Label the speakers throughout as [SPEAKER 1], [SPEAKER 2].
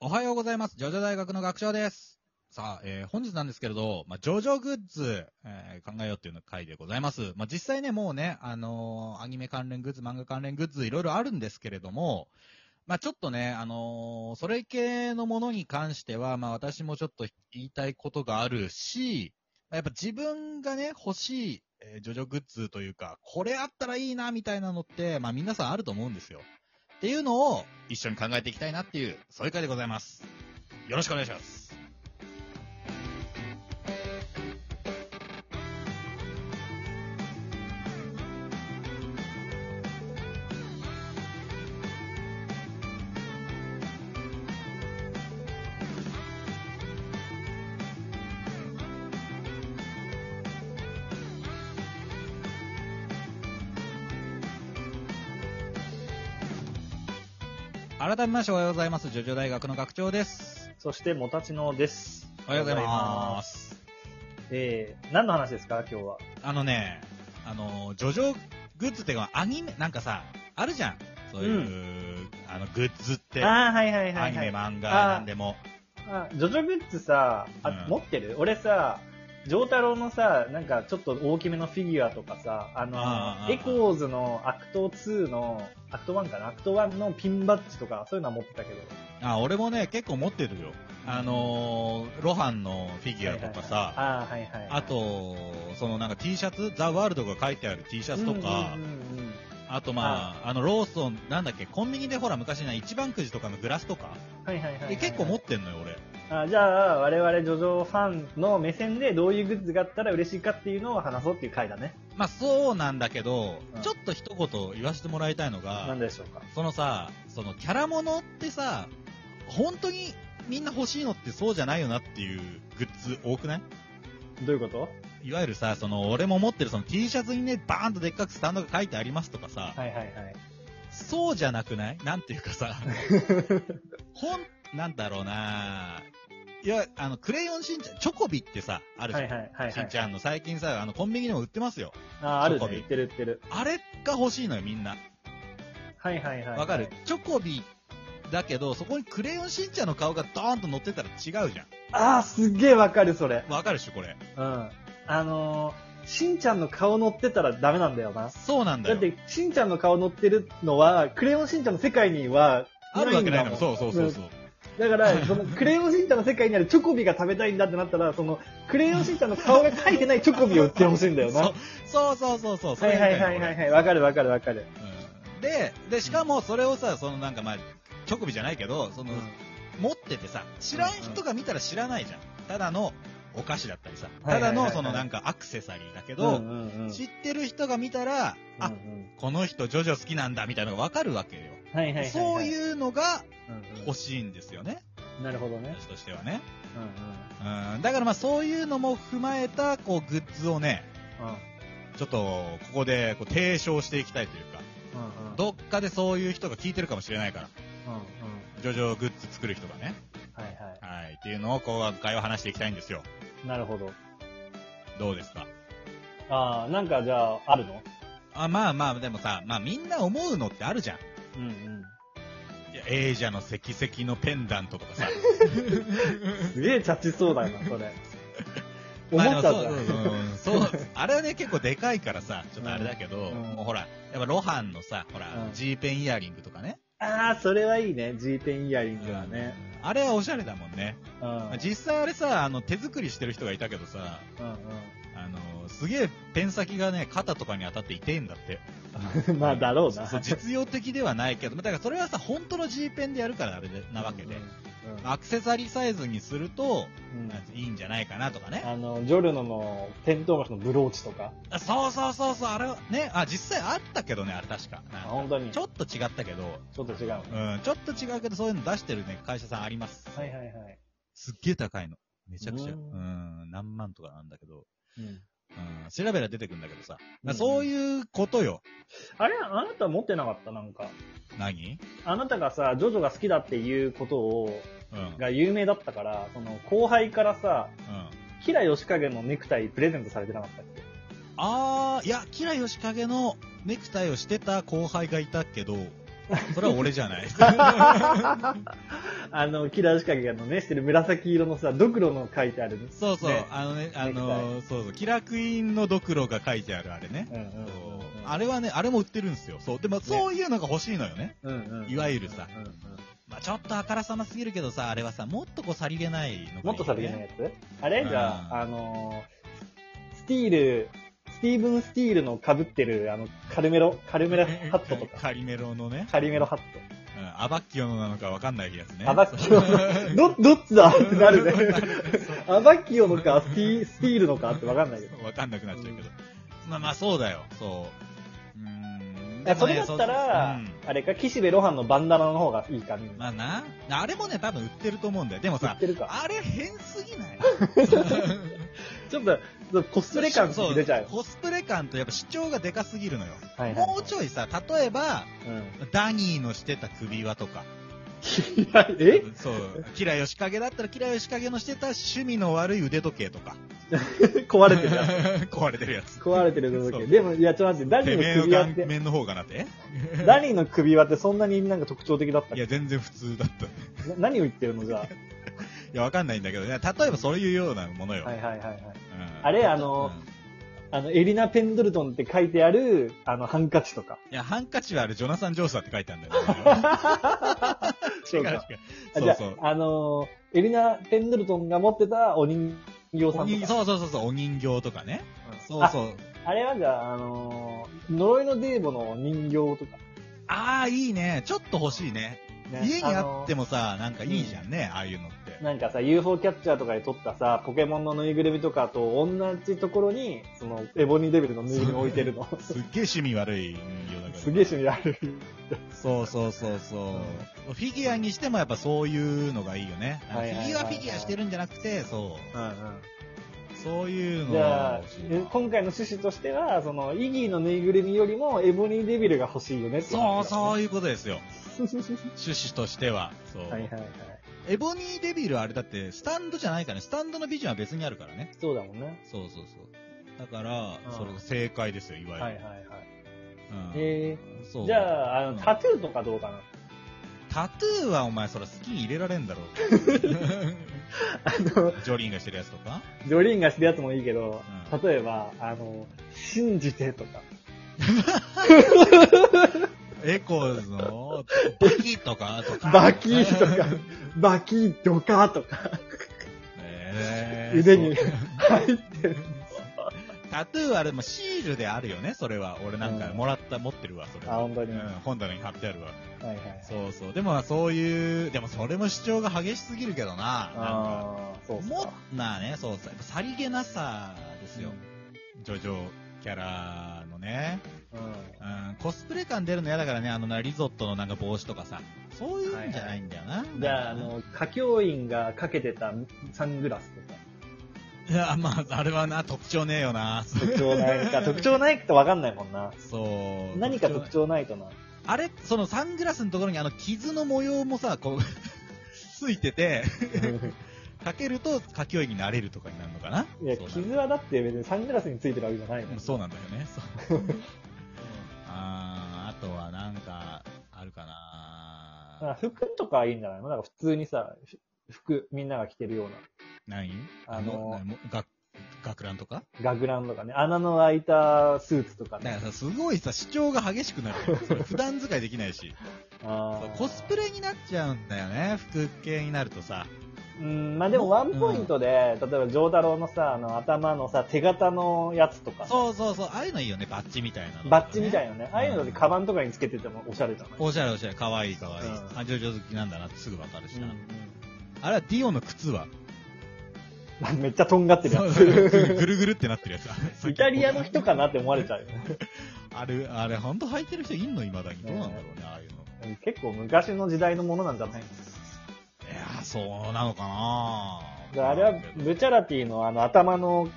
[SPEAKER 1] おはようございます。ジョジョ大学の学長です。さあ、えー本日なんですけれど、まあ、ジョジョグッズ、えー考えようっていう回でございます。まあ、実際ね、もうね、あのーアニメ関連グッズ、漫画関連グッズ、いろいろあるんですけれども、まあ、ちょっとね、あのーそれ系のものに関しては、まあ、私もちょっと言いたいことがあるし、まあやっぱ自分がね、欲しい、えージョジョグッズというか、これあったらいいな、みたいなのって、まあ、皆さんあると思うんですよ。っていうのを一緒に考えていきたいなっていう、そういう回でございます。よろしくお願いします。改めましておはようございます。ジョジョ大学の学長です。
[SPEAKER 2] そして、もたちのです。
[SPEAKER 1] おはようございます。
[SPEAKER 2] えー、何の話ですか今日は。
[SPEAKER 1] あのね、あの、ジョジョグッズっていうか、アニメ、なんかさ、あるじゃん。そういう、あの、グッズって。
[SPEAKER 2] ああ、はいはいは
[SPEAKER 1] ア
[SPEAKER 2] い、
[SPEAKER 1] ニ
[SPEAKER 2] は
[SPEAKER 1] メ、
[SPEAKER 2] い。
[SPEAKER 1] 漫画、
[SPEAKER 2] あー
[SPEAKER 1] なんでも。
[SPEAKER 2] あジョジョグッズさ、あ、
[SPEAKER 1] うん
[SPEAKER 2] 持ってる俺さ、ジョータロウのさ、なんかちょっと大きめのフィギュアとかさ、あの、
[SPEAKER 1] あー
[SPEAKER 2] エコーズのアクト2の、アクト1かなアクト1のピンバッジとか、そういうのは持ってたけど。
[SPEAKER 1] あ、俺もね、結構持ってるよ。あのー、ロハンのフィギュアとかさ、
[SPEAKER 2] ああー、はいはいはい。
[SPEAKER 1] あと、そのなんか T シャツ、ザ・ワールドが書いてある T シャツとか、
[SPEAKER 2] うんうんうんうん
[SPEAKER 1] あとまあ、あの、ローソン、なんだっけ、コンビニでほら昔な、一番くじとかのグラスとか、
[SPEAKER 2] はいはいはいはい、
[SPEAKER 1] え結構持ってんのよ、俺。
[SPEAKER 2] あじゃあ、我々ジョジョファンの目線でどういうグッズがあったら嬉しいかっていうのを話そうっていう回だね。
[SPEAKER 1] まあそうなんだけど、
[SPEAKER 2] うん
[SPEAKER 1] ちょっと一言言わせてもらいたいの
[SPEAKER 2] な
[SPEAKER 1] が
[SPEAKER 2] ん、でしょうか。
[SPEAKER 1] そのさ、そのキャラものってさ、本当にみんな欲しいのってそうじゃないよなっていうグッズ多くない
[SPEAKER 2] どういうこと
[SPEAKER 1] いわゆるさ、その俺も持ってるその T シャツにね、バーンとでっかくスタンドが書いてありますとかさ、
[SPEAKER 2] はいはいはい。
[SPEAKER 1] そうじゃなくないなんていうか さ、ほん、なんだろうないや、あの、クレヨンしんちゃん、チョコビってさ、あるじゃ
[SPEAKER 2] は
[SPEAKER 1] ん。
[SPEAKER 2] いはいはい、はい。
[SPEAKER 1] しんちゃんの最近さ、あの、コンビニでも売ってますよ。
[SPEAKER 2] あー、ある
[SPEAKER 1] チョ
[SPEAKER 2] ね
[SPEAKER 1] コ。ビ
[SPEAKER 2] 売ってる売ってる。
[SPEAKER 1] あれが欲しいのよ、みんな。
[SPEAKER 2] はいはいはいはい。
[SPEAKER 1] わかるチョコビだけど、そこにクレヨンしんちゃんの顔がドーンと乗ってたら違うじゃ
[SPEAKER 2] ああ、すっげえわかる、それ。
[SPEAKER 1] ん。わかるっしょ、これ。
[SPEAKER 2] うん。あのー、しんちゃんの顔乗ってたらダメなんだよな。
[SPEAKER 1] そうなんだ
[SPEAKER 2] だっ
[SPEAKER 1] よ。
[SPEAKER 2] て、しんちゃんの顔乗ってるのは、クレヨンしんちゃんの世界には、
[SPEAKER 1] あるわけないのよ。
[SPEAKER 2] もん
[SPEAKER 1] そうそうそうそう。
[SPEAKER 2] だから、その、クレヨンしんちゃんの世界にあるチョコビが食べたいんだってなったら、その、クレヨンしんちゃんの顔が描いてないチョコビを売ってほしいんだよな。は
[SPEAKER 1] そうそうそうそう。そ
[SPEAKER 2] い
[SPEAKER 1] れ
[SPEAKER 2] はいはいはいはい。わかるわかるわかる。
[SPEAKER 1] うんで、で、しかもそれをさ、そのなんかまあ、チョコビじゃないけど、その、持っててさ、知らん人が見たら知らないじゃん。ただのお菓子だったりさ、
[SPEAKER 2] は
[SPEAKER 1] た
[SPEAKER 2] いは
[SPEAKER 1] だ
[SPEAKER 2] いはいはい
[SPEAKER 1] のそのなんかアクセサリーだけ
[SPEAKER 2] うんう
[SPEAKER 1] ど、
[SPEAKER 2] んうん。
[SPEAKER 1] 知ってる人が見たら、あ
[SPEAKER 2] うん、うん
[SPEAKER 1] この人ジョジョ好きなんだみたいなのがわかるわけよ。
[SPEAKER 2] はいはいはいはい。
[SPEAKER 1] そう
[SPEAKER 2] う
[SPEAKER 1] いうのが
[SPEAKER 2] ん
[SPEAKER 1] 欲しいんですよね、
[SPEAKER 2] うん。なるほどね。
[SPEAKER 1] 私としてはね。
[SPEAKER 2] うんうん
[SPEAKER 1] うん、だからまあそういうのも踏まえた、こう、グッズをね、ちょっと、ここでこう提唱していきたいというか、
[SPEAKER 2] うんうん
[SPEAKER 1] どっかでそういう人が聞いてるかもしれないから、
[SPEAKER 2] うんうん。
[SPEAKER 1] ジョジョグッズ作る人がね、
[SPEAKER 2] はいは
[SPEAKER 1] はい、っていうのを今回は話していきたいんですよ。
[SPEAKER 2] い。なるほど。
[SPEAKER 1] どうですか
[SPEAKER 2] ああ、なんかじゃあ、あるの
[SPEAKER 1] あ、まあまあ、でもさ、まあみんな思うのってあるじゃん。
[SPEAKER 2] うんうん。
[SPEAKER 1] いや、エ者の石石のペンダントとかさ。
[SPEAKER 2] すげえチャチそうだよな、それ。 思
[SPEAKER 1] まあ
[SPEAKER 2] っち
[SPEAKER 1] で
[SPEAKER 2] ゃ
[SPEAKER 1] も
[SPEAKER 2] った。
[SPEAKER 1] そうそうそうそうあれはね、結構でかいからさ、ちょっとあれだけど、
[SPEAKER 2] うん
[SPEAKER 1] もうほら、やっぱロハンのさ、ほら
[SPEAKER 2] う、ん
[SPEAKER 1] G ペンイヤリングとかね。
[SPEAKER 2] ああ、それはいいね。G ペンイヤリングはね。
[SPEAKER 1] うんあれはおしゃれだもんね。
[SPEAKER 2] うん。うんうん。
[SPEAKER 1] 実際あれさ、あの、手作りしてる人がいたけどさ、あの、すげえペン先がね、肩とかに当たって痛いんだ って。
[SPEAKER 2] まあ、だろうな。
[SPEAKER 1] そう実用的ではないけど、だからそれはさ、本当の G ペンでやるからあれでなわけで
[SPEAKER 2] うん。うん
[SPEAKER 1] アクセサリーサイズにすると、
[SPEAKER 2] うん
[SPEAKER 1] いいんじゃないかなとかね。
[SPEAKER 2] あの、ジョルノのテントウムシのブローチとか。
[SPEAKER 1] あそうそうそうそう、あれはね、あ、実際あったけどね、あれ確か。
[SPEAKER 2] あ
[SPEAKER 1] なんか
[SPEAKER 2] 本当に。
[SPEAKER 1] ち
[SPEAKER 2] ちょ
[SPEAKER 1] ょっと違ったけど、
[SPEAKER 2] っと違うの。
[SPEAKER 1] うん、ちょっと違うけど、そういうの出してるね、会社さんあります。
[SPEAKER 2] はいはいはい。
[SPEAKER 1] すっげえ高いの。めちゃくちゃ。う
[SPEAKER 2] うん
[SPEAKER 1] ん、何万とかなんだけど、
[SPEAKER 2] うん
[SPEAKER 1] うん、調べりゃ出てくるんだけどさ。まあそういうことよ。
[SPEAKER 2] あれあなた持ってなかったなんか。
[SPEAKER 1] 何
[SPEAKER 2] あなたがさ、ジョジョが好きだっていうことを、
[SPEAKER 1] うん、うん。
[SPEAKER 2] が有名だったから、その後輩からさ、キラヨシカゲのネクタイプレゼントされてなかったっけ
[SPEAKER 1] あー、いや、キラヨシカゲのネクタイを してた後輩がいたけど、それは俺じゃない。
[SPEAKER 2] あの、キラー仕掛けのね、してる紫色のさ、ドクロの書いてあるね。
[SPEAKER 1] そうそう、
[SPEAKER 2] ね
[SPEAKER 1] あのね、あ
[SPEAKER 2] ネ
[SPEAKER 1] のーそうそう、キラクイーンのドクロが書いてあるあれね。
[SPEAKER 2] うんうん
[SPEAKER 1] そうあれはね、あれも売ってるんですよ。そう。でも、そういうのが欲しいのよね。
[SPEAKER 2] うんうんうん。
[SPEAKER 1] いわゆるさ
[SPEAKER 2] うんうんうん
[SPEAKER 1] まあちょっとあからさますぎるけどさ、あれはさ、もっとこうさりげないのがいいよね
[SPEAKER 2] もっとさ、げないやつあれ
[SPEAKER 1] うん
[SPEAKER 2] じゃあ、あのー、スティール、スティーブン・スティールの被ってる、あの、カルメロ、カルメロハットとか、
[SPEAKER 1] カリメロのね。
[SPEAKER 2] カリメロハッ
[SPEAKER 1] うんアバッキオのなのかわかんないやつね。。
[SPEAKER 2] アバッキオト。ど、どっちだって なるね
[SPEAKER 1] そう
[SPEAKER 2] アバキオのか、スティ、スティールのかってわかんないけど。
[SPEAKER 1] わかんなくなっちゃうけど。まあまあ、そうだよ。そう。うーん。
[SPEAKER 2] いやそれだったら、
[SPEAKER 1] そう
[SPEAKER 2] あれか、岸辺露伴のバンダナの方がいいか、みん
[SPEAKER 1] うんま
[SPEAKER 2] な。
[SPEAKER 1] あな。あれもね、多分売ってると思うんだよ。でも
[SPEAKER 2] 知
[SPEAKER 1] さ
[SPEAKER 2] っ、てるか。
[SPEAKER 1] あれ変すぎない
[SPEAKER 2] ちょっと、コスプレ感
[SPEAKER 1] そう
[SPEAKER 2] 出ちゃうよ。
[SPEAKER 1] コスプレ感とやっぱ主張がでかすぎるのよ。
[SPEAKER 2] はいはい
[SPEAKER 1] もうちょいさ、例えば、
[SPEAKER 2] う ん
[SPEAKER 1] ダニーのしてた首輪とか。
[SPEAKER 2] いやえ
[SPEAKER 1] そう。キラヨシカゲだったらキラヨシカゲのしてた趣味の悪い腕時計とか。
[SPEAKER 2] 壊れてるやつ。
[SPEAKER 1] 壊れてるやつ。
[SPEAKER 2] 壊れてるのだ
[SPEAKER 1] そ
[SPEAKER 2] け。
[SPEAKER 1] う
[SPEAKER 2] でも、いや、ちょっと待って、
[SPEAKER 1] て
[SPEAKER 2] ダニ
[SPEAKER 1] め
[SPEAKER 2] ー
[SPEAKER 1] え
[SPEAKER 2] の
[SPEAKER 1] の
[SPEAKER 2] 首輪
[SPEAKER 1] 顔
[SPEAKER 2] って、
[SPEAKER 1] 面の方がなって。
[SPEAKER 2] ダニーの首輪ってそんなになんか特徴的だったっ
[SPEAKER 1] い
[SPEAKER 2] け
[SPEAKER 1] や、全然普通だった。い
[SPEAKER 2] な何を言ってるのじゃあ。
[SPEAKER 1] や、わかんないんだけどね。例えばそういうようなも のよ。
[SPEAKER 2] はいはいはいはい。
[SPEAKER 1] うん
[SPEAKER 2] あれあの
[SPEAKER 1] うん
[SPEAKER 2] あの、エリナ・ペンドルトンって書いてある、あの、ハンカチ とか。
[SPEAKER 1] いや、ハンカチはあれ、ジョナサン・ジョースだって書いてあるんだよ。違
[SPEAKER 2] そう
[SPEAKER 1] う違
[SPEAKER 2] か
[SPEAKER 1] う。
[SPEAKER 2] あ
[SPEAKER 1] そ
[SPEAKER 2] じ
[SPEAKER 1] う
[SPEAKER 2] ゃ
[SPEAKER 1] そう。
[SPEAKER 2] あ、あのーエリナ・ペンドルトンが持ってたお人形さ
[SPEAKER 1] お
[SPEAKER 2] んと
[SPEAKER 1] 人
[SPEAKER 2] か。
[SPEAKER 1] そうそうそうそう、お人形とかね。そう
[SPEAKER 2] あ
[SPEAKER 1] そう。
[SPEAKER 2] あれはじゃあ、あのー呪いのデーボの人形とか。
[SPEAKER 1] ああ、いいね。ちょっと欲しいね。
[SPEAKER 2] ね
[SPEAKER 1] 家にあって
[SPEAKER 2] の
[SPEAKER 1] もさ、なんかいいじゃんね、ああいうのって。
[SPEAKER 2] ーなんかさ、UFO キャッチャーとかで撮ったさ、ポケモンのぬいぐるみとかと同じところに、その、エボニーデビルのぬいぐるみ置い てるの。
[SPEAKER 1] すっげえ趣味悪い人形だから。
[SPEAKER 2] すげえ趣味ある。
[SPEAKER 1] そうそうそうそう。フィギュアにしてもやっぱそういうのがいいよね。フ
[SPEAKER 2] はいはいはいは
[SPEAKER 1] ィギュ
[SPEAKER 2] い
[SPEAKER 1] アフィギュアしてるんじゃなくて、そう。そういうの
[SPEAKER 2] じゃあ
[SPEAKER 1] 欲しいな、
[SPEAKER 2] 今回の趣旨としては、その、イギーのぬいぐるみよりも、エボニーデビルが欲しいよねって。
[SPEAKER 1] そうそうういうこと ですよ。趣旨としては。そう。
[SPEAKER 2] はいはいはい。
[SPEAKER 1] エボニーデビルあれだって、スタンドじゃないからね。スタンドのビジョンは別にあるからね。
[SPEAKER 2] そうだもんね。
[SPEAKER 1] そうそうそう。だから、
[SPEAKER 2] うん
[SPEAKER 1] それが正解ですよ、いわゆる。
[SPEAKER 2] はいはいはい。
[SPEAKER 1] うん
[SPEAKER 2] え
[SPEAKER 1] そう
[SPEAKER 2] じゃあ、あ
[SPEAKER 1] うん
[SPEAKER 2] の、タトゥーとかどうかな。
[SPEAKER 1] タトゥーはお前、それ好きに入れられんだろう。
[SPEAKER 2] あの、
[SPEAKER 1] ジョリーンがしてるやつと か
[SPEAKER 2] ジョリーンがしてるやつもいいけど、
[SPEAKER 1] うん
[SPEAKER 2] 例えば、あの、信じてとか。
[SPEAKER 1] エコーズの、バキとかとか。
[SPEAKER 2] バキーと か。、バキードカーとか、
[SPEAKER 1] えー、
[SPEAKER 2] 腕に
[SPEAKER 1] そう
[SPEAKER 2] 入ってる。
[SPEAKER 1] タトゥーはあれ、まあシールであるよね、それは。俺なんか
[SPEAKER 2] うん
[SPEAKER 1] もらった、持ってるわ、それは。
[SPEAKER 2] あ、本当
[SPEAKER 1] う
[SPEAKER 2] に。
[SPEAKER 1] ん
[SPEAKER 2] は、
[SPEAKER 1] 本棚に貼ってあるわ。
[SPEAKER 2] いはいはい。
[SPEAKER 1] そうそう。でもまあそういう、でもそれも主張が激しすぎるけどな。なんか
[SPEAKER 2] ああ、そうっすか
[SPEAKER 1] もっなね、そうそう。やっぱさりげなさですよ。ジョジョキャラのね。
[SPEAKER 2] うん
[SPEAKER 1] うん、コスプレ感出るの嫌だからね、あのな、リゾットのなんか帽子とかさ。そういうんじゃないんだよな。
[SPEAKER 2] じゃあ、あの、歌教員がかけてたサングラスとか。
[SPEAKER 1] いや、まあ、あれはな、特徴ねえよな。
[SPEAKER 2] 特徴ないか。特徴ないとわかんないもんな。
[SPEAKER 1] そう。
[SPEAKER 2] 何か特徴ないと な。
[SPEAKER 1] あれ、そのサングラスのところにあの傷の模様もさ、こう、 ついてて、かけるとかき泳ぎになれるとかになるのかない
[SPEAKER 2] や、
[SPEAKER 1] そうな
[SPEAKER 2] 傷はだって別にサングラスについてるわけじゃないも
[SPEAKER 1] うん
[SPEAKER 2] ん。
[SPEAKER 1] そうなんだよね。そうあーあとはなんか、あるか
[SPEAKER 2] あ
[SPEAKER 1] な
[SPEAKER 2] 服とかいいんじゃないのなんか普通にさ、ふ服、みんなが着てるような。
[SPEAKER 1] 何
[SPEAKER 2] あの
[SPEAKER 1] も学、学ランとか
[SPEAKER 2] 学ランとかね、穴の開いたスーツとか
[SPEAKER 1] だか
[SPEAKER 2] ね
[SPEAKER 1] ら。さ、すごいさ、主張が激しくなる よ。それ普段使いできないし。
[SPEAKER 2] あ
[SPEAKER 1] そう
[SPEAKER 2] ー
[SPEAKER 1] コスプレになっちゃうんだよね、服系になるとさ。
[SPEAKER 2] うん、まあでもワンポイントで、例えば、丈太郎のさ、あの、頭のさ、手形のやつとか、
[SPEAKER 1] そうそうそう、ああいうのいいよね、バッジみたいなのとかね、
[SPEAKER 2] バッジみたいなね。ああいうのだって
[SPEAKER 1] うん
[SPEAKER 2] カバンとかにつけててもおしゃれじゃない
[SPEAKER 1] おしゃれおしゃれ、かわいいかわいい。
[SPEAKER 2] うん
[SPEAKER 1] あ、ジョジョ好きなんだなってすぐわかるし な。
[SPEAKER 2] う
[SPEAKER 1] あれはディオの靴は、
[SPEAKER 2] んうんめっちゃとんがってる
[SPEAKER 1] そう
[SPEAKER 2] や
[SPEAKER 1] そうぐ
[SPEAKER 2] つ。。
[SPEAKER 1] るぐるってなってるやつだ
[SPEAKER 2] イタリアの人かなって思われちゃうよね。
[SPEAKER 1] あれ、あれ、ほんと履いてる人いんの未だに。どうなんだろうね、ああいうの。
[SPEAKER 2] 結構昔の時代のものなんじゃない
[SPEAKER 1] いやー、そうなのかな
[SPEAKER 2] であれは、ブチャラティのあの頭の、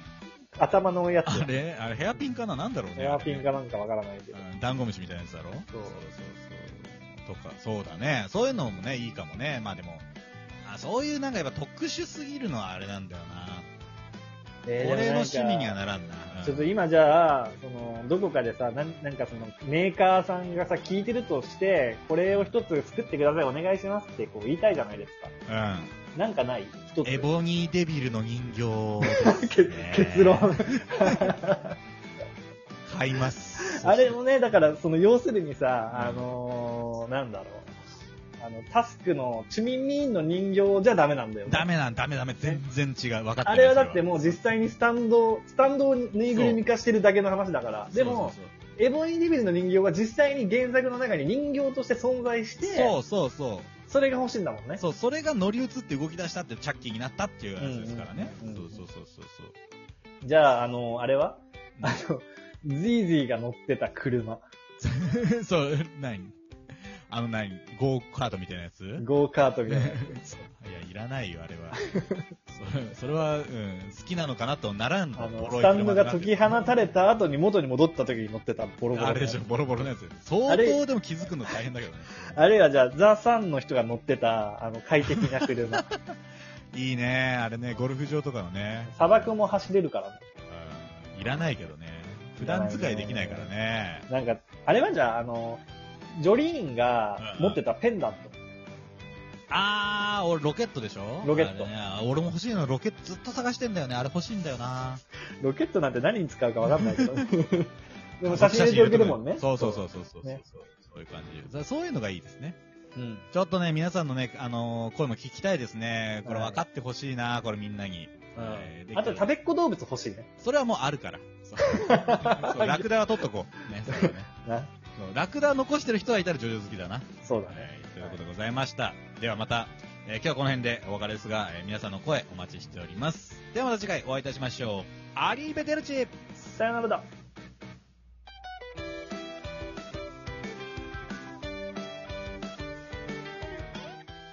[SPEAKER 2] 頭のやつ。
[SPEAKER 1] あれ、あれヘアピンかななんだろうね。
[SPEAKER 2] ヘアピン
[SPEAKER 1] か。
[SPEAKER 2] かなんかわからないけど。
[SPEAKER 1] うんダンゴムシみたいなやつだろ
[SPEAKER 2] そう
[SPEAKER 1] そうそう。とか、そうだね。そういうのもね、いいかもね。まあでも、あそういうなんかやっぱ特殊すぎるのはあれなんだよな。
[SPEAKER 2] えーでも
[SPEAKER 1] 俺の
[SPEAKER 2] なんか
[SPEAKER 1] 趣味にはならんな。うん
[SPEAKER 2] ちょっと今じゃあ、その、どこかでさ、なんなんかその、メーカーさんがさ、聞いてるとして、これを一つ作ってください、お願いしますってこう言いたいじゃないですか。
[SPEAKER 1] うん。
[SPEAKER 2] なんかない一つ。
[SPEAKER 1] エボニーデビルの人形です
[SPEAKER 2] 結
[SPEAKER 1] ね
[SPEAKER 2] 結論。
[SPEAKER 1] 買います。
[SPEAKER 2] あれもね、だから、その、要するにさ、あのーなんだろう。あの、タスクの、チュミミーンの人形じゃダメなんだよ、ね。
[SPEAKER 1] ダメなん、ダメダメ、全然違う。分かって
[SPEAKER 2] あれはだって
[SPEAKER 1] も
[SPEAKER 2] もう実際にスタンド、スタンドをぬいぐるみ化してるだけの話だから。でも、エボニー・デビルの人形は実際に原作の中に人形として存在して、
[SPEAKER 1] そうそうそう。
[SPEAKER 2] それが欲しいんだもんね。
[SPEAKER 1] そう、それが乗り移って動き出したって、チャッキーになったっていうやつですからね。
[SPEAKER 2] うんうんうんうん
[SPEAKER 1] そうそうそうそう
[SPEAKER 2] じゃあ、あの、あれは
[SPEAKER 1] うん
[SPEAKER 2] あの、ジージーが乗ってた車。
[SPEAKER 1] そう。 そう、何あの何ゴーカートみたいなやつ
[SPEAKER 2] ゴーカート みたいな
[SPEAKER 1] い
[SPEAKER 2] や
[SPEAKER 1] や、いらないよ、あれ は。それそれは、うん、好きなのかなとならん
[SPEAKER 2] つ。
[SPEAKER 1] の
[SPEAKER 2] あの、
[SPEAKER 1] ボロ
[SPEAKER 2] ス
[SPEAKER 1] い
[SPEAKER 2] タ
[SPEAKER 1] 車
[SPEAKER 2] ンドが解き放
[SPEAKER 1] だ
[SPEAKER 2] たれた後に元に戻った時に乗ってたボロボロ。
[SPEAKER 1] あれでしょ、。ボロボロのやつ。相
[SPEAKER 2] あれ
[SPEAKER 1] 当でも気づくの大変だけどね。
[SPEAKER 2] あるいはじゃあ、ザ・サンの人が乗ってた、あの、快適な 車。
[SPEAKER 1] いいね、あれね、ゴルフ場とかのね。
[SPEAKER 2] 砂漠も走れるからね。
[SPEAKER 1] うんいらないけどね。普段使いできないからね。
[SPEAKER 2] なんか、あれはじゃあ、あの、ジョリーンが持ってたペンダント。
[SPEAKER 1] あー、俺ロケットでしょ
[SPEAKER 2] ロケット
[SPEAKER 1] あれね俺も欲しいのロケットずっと探してんだよね。あれ欲しいんだよな。
[SPEAKER 2] ロケットなんて何に使うかわかんな いけどね。でも写真入れておけるもんね。
[SPEAKER 1] そうそうそうそうそうそうそう、
[SPEAKER 2] ね
[SPEAKER 1] そういう感じ。だそういうのがいいですね。
[SPEAKER 2] う。うん。
[SPEAKER 1] ちょっとね、皆さんのね、あのー声も聞きたいですね。これ
[SPEAKER 2] はい
[SPEAKER 1] 分かってほしいな、これみんなに。えーで
[SPEAKER 2] あと、食べっ子動物欲しいね。
[SPEAKER 1] それはもうあるから。 そうそうラクダは取っとこう。ね、それはね
[SPEAKER 2] な。
[SPEAKER 1] そうラクダ残してる人はいたらジョジョ好きだな。
[SPEAKER 2] そうだ
[SPEAKER 1] は
[SPEAKER 2] ね。
[SPEAKER 1] い、ということでございました。ではまた、えー今日はこの辺でお別れですが、えー皆さんの声お待ちしております。ではまた次回お会いいたしましょう。アリーベテルチ
[SPEAKER 2] さよならだ。